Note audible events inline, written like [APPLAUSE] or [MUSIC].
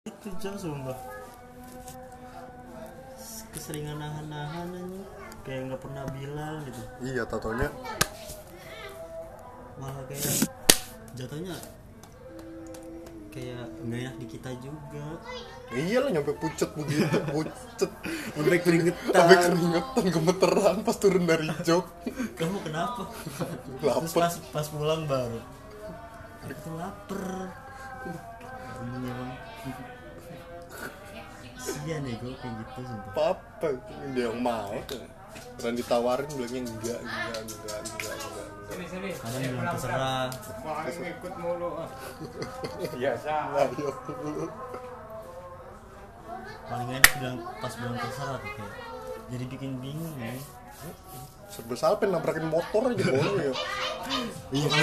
satu jam sumpah keseringan nahan-nahan aja kayak nggak pernah bilang gitu iya tatonya malah kayak jatuhnya kayak nggak enak di kita juga [CLEARS THROAT] iya lah nyampe pucet [LAUGHS] begitu pucet sampai sampai keringetan keringetan gemeteran pas turun dari jok kamu kenapa terus pas Lapar. pas pulang baru aku tuh lapar ini emang Sian ya gue kayak gitu sumpah apa dia yang mau Karena ditawarin bilangnya enggak enggak enggak enggak enggak, Sini enggak. sini. kadang bilang terserah Mau ikut mulu. Biasa. Ayo. paling enak bilang pas bilang terserah tuh kayak jadi bikin bingung ya serba salah pengen nabrakin motor aja boleh ya iya kali